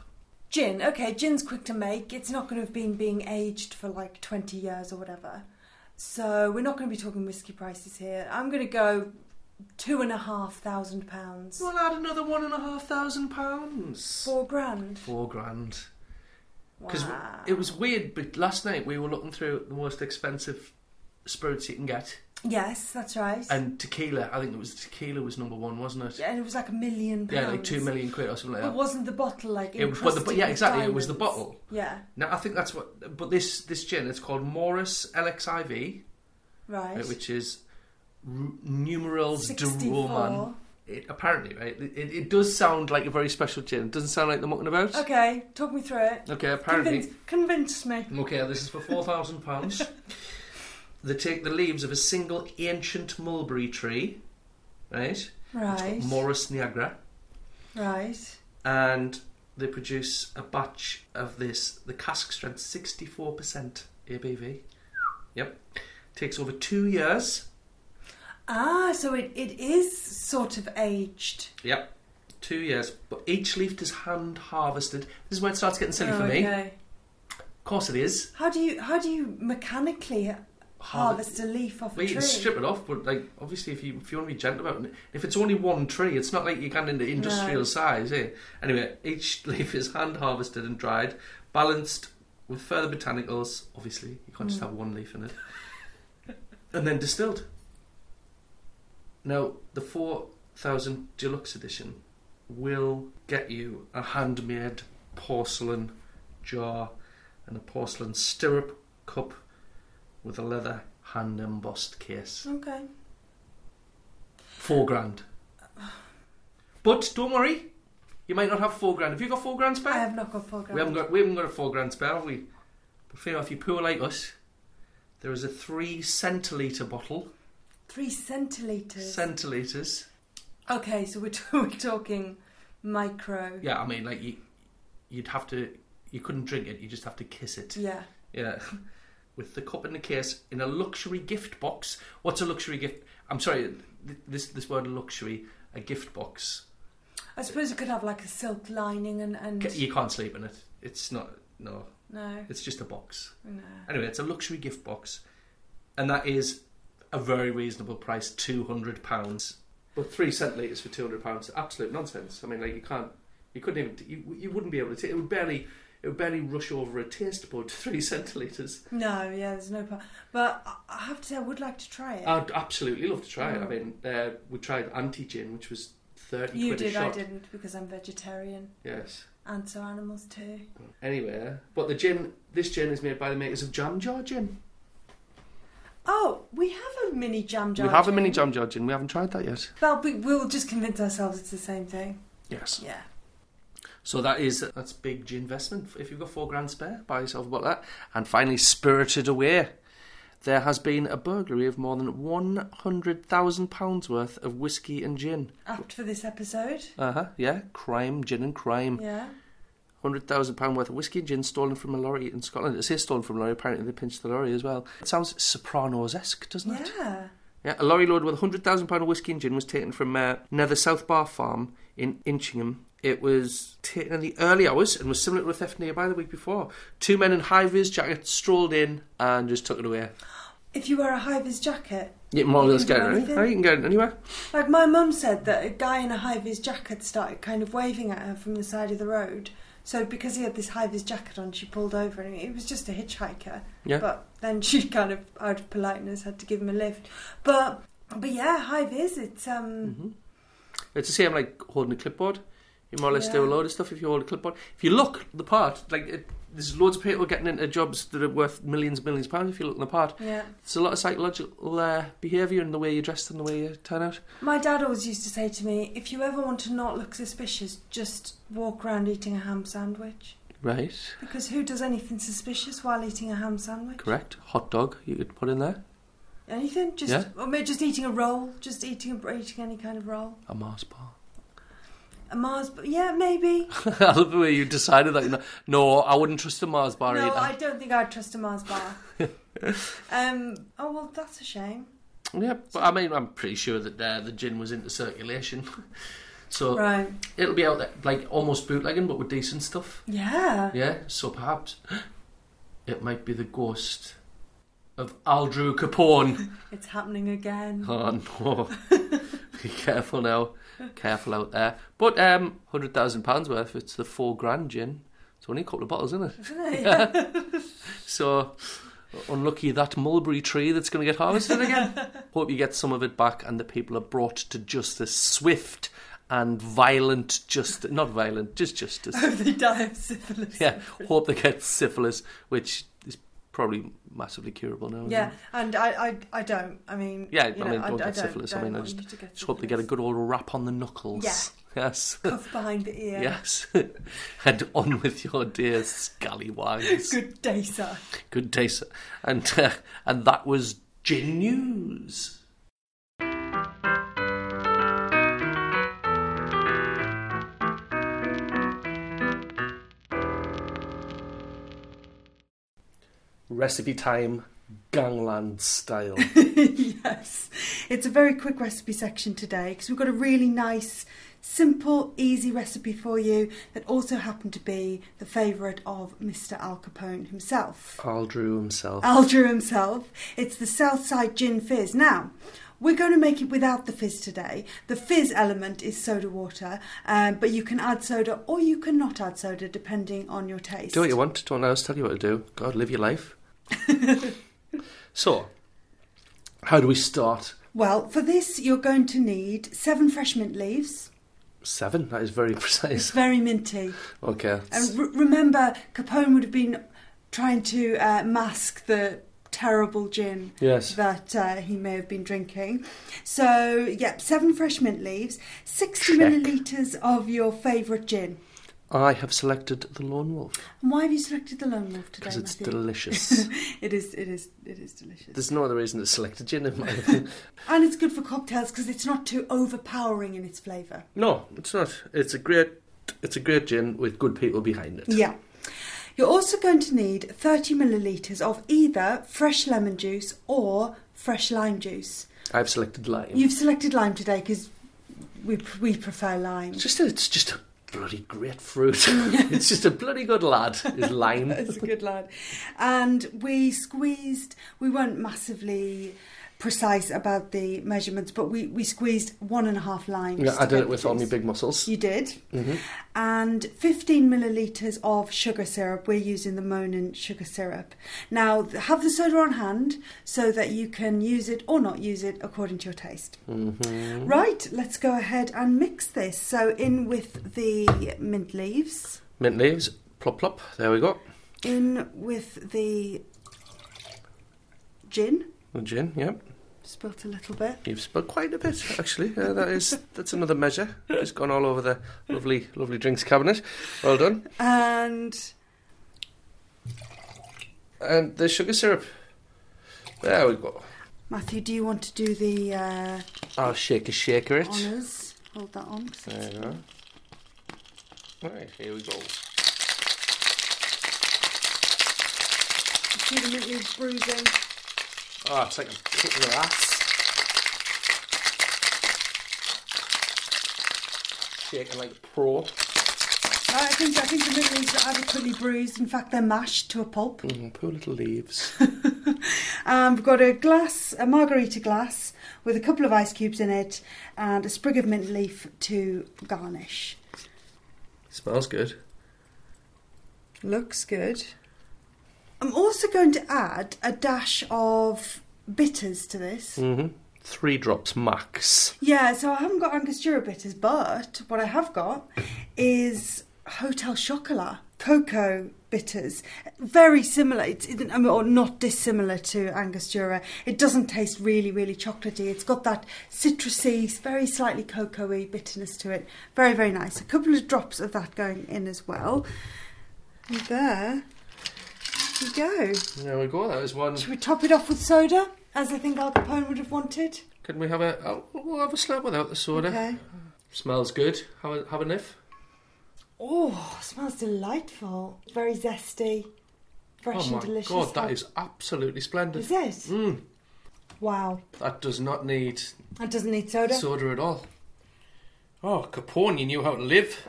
Gin, okay, gin's quick to make. It's not going to have been being aged for like twenty years or whatever. So we're not going to be talking whiskey prices here. I'm going to go two and a half thousand pounds,
We'll add another one and a half thousand pounds.
four grand.
Four grand. Because
Wow.
it was weird, but last night we were looking through the most expensive spirits you can get.
Yes, that's right.
And tequila, I think it was tequila was number one, wasn't it?
Yeah, and it was like a million pounds.
Yeah, like two million quid or something like
But
that.
wasn't the bottle like
It was- but the-
encrusted
yeah,
with
exactly, it was the
diamonds?
bottle.
Yeah,
Now I think that's what. But this this gin, it's called Morris LXIV,
right.
right, which is R- numerals de
64.
Roman. It, apparently, right? It, it does sound like a very special gin. It doesn't sound like they're mucking about.
Okay, talk me through it.
Okay, apparently.
Convince, convince me.
Okay, this is for four thousand pounds. They take the leaves of a single ancient mulberry tree, right? It's called
Right.
Morris Niagara.
Right.
and they produce a batch of this. The cask strength sixty four percent ABV. Yep, takes over two years.
Ah, so it, it is sort of aged.
Yep, two years. But each leaf is hand harvested. This is where it starts getting silly
Oh,
for me.
okay.
Of course, it is.
How do you how do you mechanically harvest a leaf off a
Well, you
tree?
can strip it off, but like obviously, if you if you want to be gentle about it, if it's only one tree, it's not like you can in the industrial
No.
size. Eh? Anyway, each leaf is hand harvested and dried, balanced with further botanicals. Obviously, you can't just
Hmm.
have one leaf in it, and then distilled. Now, the four thousand deluxe edition will get you a handmade porcelain jar and a porcelain stirrup cup with a leather hand embossed case.
Okay.
Four grand. But don't worry, you might not have four grand. Have you got four grand
I
spare?
have not got four grand.
We haven't got we haven't got a four grand spare, have we? But you know, if you're poor like us, there is a three centilitre bottle.
three centiliters.
Centilitres.
okay, so we're, t- we're talking micro.
Yeah, I mean like you you'd have to you couldn't drink it, you just have to kiss it.
Yeah.
Yeah. With the cup and the case in a luxury gift box. What's a luxury gift? I'm sorry, th- this this word luxury, a gift box.
I suppose it could have like a silk lining and, and
C- You can't sleep in it. It's not. No,
No,
it's just a box.
no.
Anyway, it's a luxury gift box, and that is a very reasonable price, two hundred pounds. But three centiliters for two hundred pounds, absolute nonsense. I mean, like you can't, you couldn't even, you, you wouldn't be able to. ta- it would barely, it would barely rush over a taste bud. Three centiliters.
No, yeah, there's no part. But I- I have to say, I would like to try it.
I'd absolutely love to try it. I
Mm.
mean, uh, we tried anti gin, which was thirty
you
quid a
did,
shot.
I didn't, because I'm vegetarian.
Yes.
And so animals too.
Anyway, but the gin, this gin is made by the makers of Jam Jar Gin.
Oh, we have a mini jam jar.
we have a mini
gin.
Jam Jar Gin. We haven't tried that yet.
Well, we, we'll just convince ourselves it's the same thing.
Yes.
Yeah.
So that is that's big gin investment. If you've got four grand spare, buy yourself about that. And finally, Spirited Away. There has been a burglary of more than one hundred thousand pounds worth of whiskey and gin.
Apt for this episode.
Uh huh. Yeah, crime, gin and crime.
Yeah.
Hundred thousand pound worth of whiskey and gin stolen from a lorry in Scotland. It says stolen from a lorry. Apparently, they pinched the lorry as well. It sounds Sopranos esque, doesn't it?
Yeah.
Yeah, a lorry loaded with £100,000 of whiskey and gin was taken from uh, Nether South Bar Farm in Inchingham. It was taken in the early hours and was similar to a theft nearby the week before. Two men in high vis jackets strolled in and just took it away.
If you wear a high vis jacket,
Yeah, more or
You
less get
can do
it, right?
anything.
Oh, you can get it anywhere.
Like my mum said that a guy in a high vis jacket started kind of waving at her from the side of the road. So because he had this high vis jacket on, she pulled over and it was just a hitchhiker.
Yeah.
But then she kind of, out of politeness, had to give him a lift. But but yeah, high vis. It's um.
hmm It's the same like holding a clipboard. You more or less do a
Yeah.
load of stuff if you hold a clipboard. If you look the part, like it, there's loads of people getting into jobs that are worth millions and millions of pounds if you look the part.
Yeah.
It's a lot of psychological uh, behaviour in the way you're dressed and the way you turn out.
My dad always used to say to me, if you ever want to not look suspicious, just walk around eating a ham sandwich.
Right.
Because who does anything suspicious while eating a ham sandwich?
Correct. Hot dog you could put in there.
Anything? Just
Yeah.
or maybe just eating a roll, just eating a, eating any kind of roll.
A Mars bar.
A Mars, but yeah, maybe.
I love the way you decided that. you know, No, I wouldn't trust a Mars bar
no,
either.
I don't think I'd trust a Mars bar. um, oh well, that's a shame.
Yeah, but I mean, I'm pretty sure that uh, the gin was into circulation. so
Right?
it'll be out there, like almost bootlegging, but with decent stuff.
Yeah.
Yeah, so perhaps it might be the ghost of Aldru Capone.
It's happening again.
oh, no. be careful now. Careful out there. But um, £100,000 worth, it's the four grand gin. It's only a couple of bottles, isn't it?
Isn't it? Yeah.
So unlucky that mulberry tree that's going to get harvested again. Hope you get some of it back and the people are brought to justice swift and violent just not violent just justice.
Hope they die of syphilis.
yeah, hope they get syphilis which is probably massively curable now. isn't
Yeah,
it?
and I, I, I don't. I mean,
Mm-hmm. Yeah,
you
I
know,
mean, don't
I,
get syphilis. I
don't
mean, I
want
just-
you to get
Just hope they get a
syphilis.
good old rap on the knuckles.
Yeah.
Yes.
cuff behind the ear.
Yes. and on with your dear scallywags.
Good day, sir.
Good day, sir. And uh, and that was gin news. Recipe time, gangland style.
yes, it's a very quick recipe section today because we've got a really nice, simple, easy recipe for you that also happened to be the favourite of Mr. Al Capone himself.
Carl Drew himself.
Al Drew himself. It's the Southside Gin Fizz. Now, we're going to make it without the fizz today. The fizz element is soda water, um, but you can add soda or you can not add soda depending on your taste.
Do what you want. Don't let us tell you what to do. God, live your life. so, how do we start?
Well, for this, you're going to need seven fresh mint leaves.
Seven. That is very
It's
precise.
very minty.
Okay.
And re- remember, Capone would have been trying to uh, mask the terrible gin
Yes.
that uh, he may have been drinking. So, yep, seven fresh mint leaves, 60
Check.
millilitres of your favourite gin.
I have selected the Lone Wolf
And why have you selected the Lone Wolf today,
because it's
Matthew?
delicious.
it is, it is, it is delicious.
There's no other reason to select a gin in my opinion.
And it's good for cocktails because it's not too overpowering in its flavour.
No, it's not. It's a great, it's a great gin with good people behind it.
Yeah. You're also going to need 30 millilitres of either fresh lemon juice or fresh lime juice.
I've selected lime.
You've selected lime today because we we prefer lime.
It's just, a, it's just a bloody grapefruit. it's just a bloody good lad, is lime.
That's a good lad. And we squeezed, we weren't massively precise about the measurements, but we, we squeezed one and a half limes.
Yeah, I
to
did
get
it
the
with all my
juice.
big muscles.
You did.
hmm
And 15 millilitres of sugar syrup. We're using the Monin sugar syrup. Now, th- have the soda on hand so that you can use it or not use it according to your taste.
hmm
Right, let's go ahead and mix this. So, in with the mint leaves,
Mint leaves, plop plop. There we go.
in with the gin.
The gin, yep.
Spilt a little bit.
You've spilled quite a bit, actually. Uh, that is, that's another measure. It's gone all over the lovely, lovely drinks cabinet. Well done.
And
And the sugar syrup. There we go.
Matthew, do you want to do the uh,
I'll shake a shaker it.
honours? Hold that on. 'cause
There
it's-
you go. Right, here we go.
See the mint leaves bruising.
Oh, it's like I'm kicking her ass. Shaking like a pro.
Uh, I think I think the mint leaves are adequately bruised. In fact, they're mashed to a pulp.
Mm, poor little leaves.
Um, we've got a glass, a margarita glass, with a couple of ice cubes in it, and a sprig of mint leaf to garnish.
Smells good.
Looks good. I'm also going to add a dash of bitters to this.
Mm-hmm. Three drops max.
Yeah, so I haven't got Angostura bitters, but what I have got is Hotel Chocolat cocoa bitters. Very similar, it's it- I mean, or not dissimilar to Angostura. It doesn't taste really, really chocolatey. It's got that citrusy, very slightly cocoa-y bitterness to it. Very, very nice. A couple of drops of that going in as well. And there you go.
There we go. That was one.
Should we top it off with soda, as I think Al Capone would have wanted?
Can we have a? Oh, we'll have a slab without the soda.
Okay.
Smells good. Have a have a sniff.
Oh, smells delightful. Very zesty. Fresh
oh my
and delicious.
god,
How-
that is absolutely splendid.
Is it?
Mm,
Wow.
that does not need
That doesn't need soda.
soda at all. Oh, Capone, you knew how to live.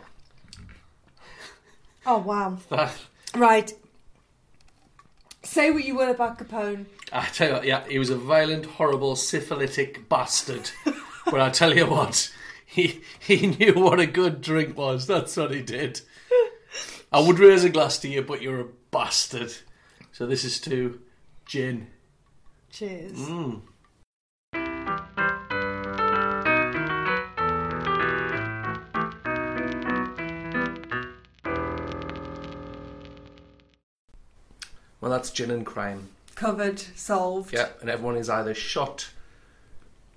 oh, wow.
That
Right. Say what you will about Capone.
I tell you, what, yeah, he was a violent, horrible, syphilitic bastard. but I tell you what, he he knew what a good drink was. That's what he did. I would raise a glass to you, but you're a bastard. So this is to gin.
Cheers.
Mm. Well, that's gin and crime.
Covered, solved.
Yeah, and everyone is either shot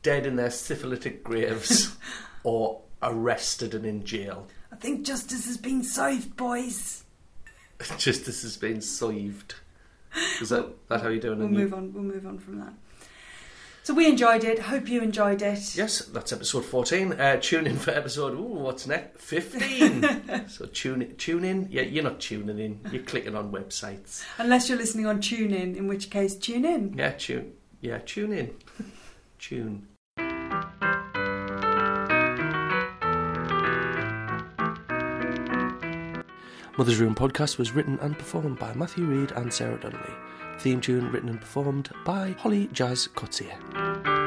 dead in their syphilitic graves or arrested and in jail.
I think justice has been served, boys.
Justice has been solved. Is that, that how you're doing?
We'll
in you-
move on. We'll move on from that. So we enjoyed it. Hope you enjoyed it.
Yes, that's episode 14. Uh, tune in for episode, ooh, what's next? 15. so tune, tune in. Yeah, you're not tuning in. You're clicking on websites.
Unless you're listening on TuneIn, in which case tune in.
Yeah, tune. Yeah, tune in. tune. Mother's Room podcast was written and performed by Matthew Reid and Sarah Donnelly. Theme tune written and performed by Holly Jazz Cottier.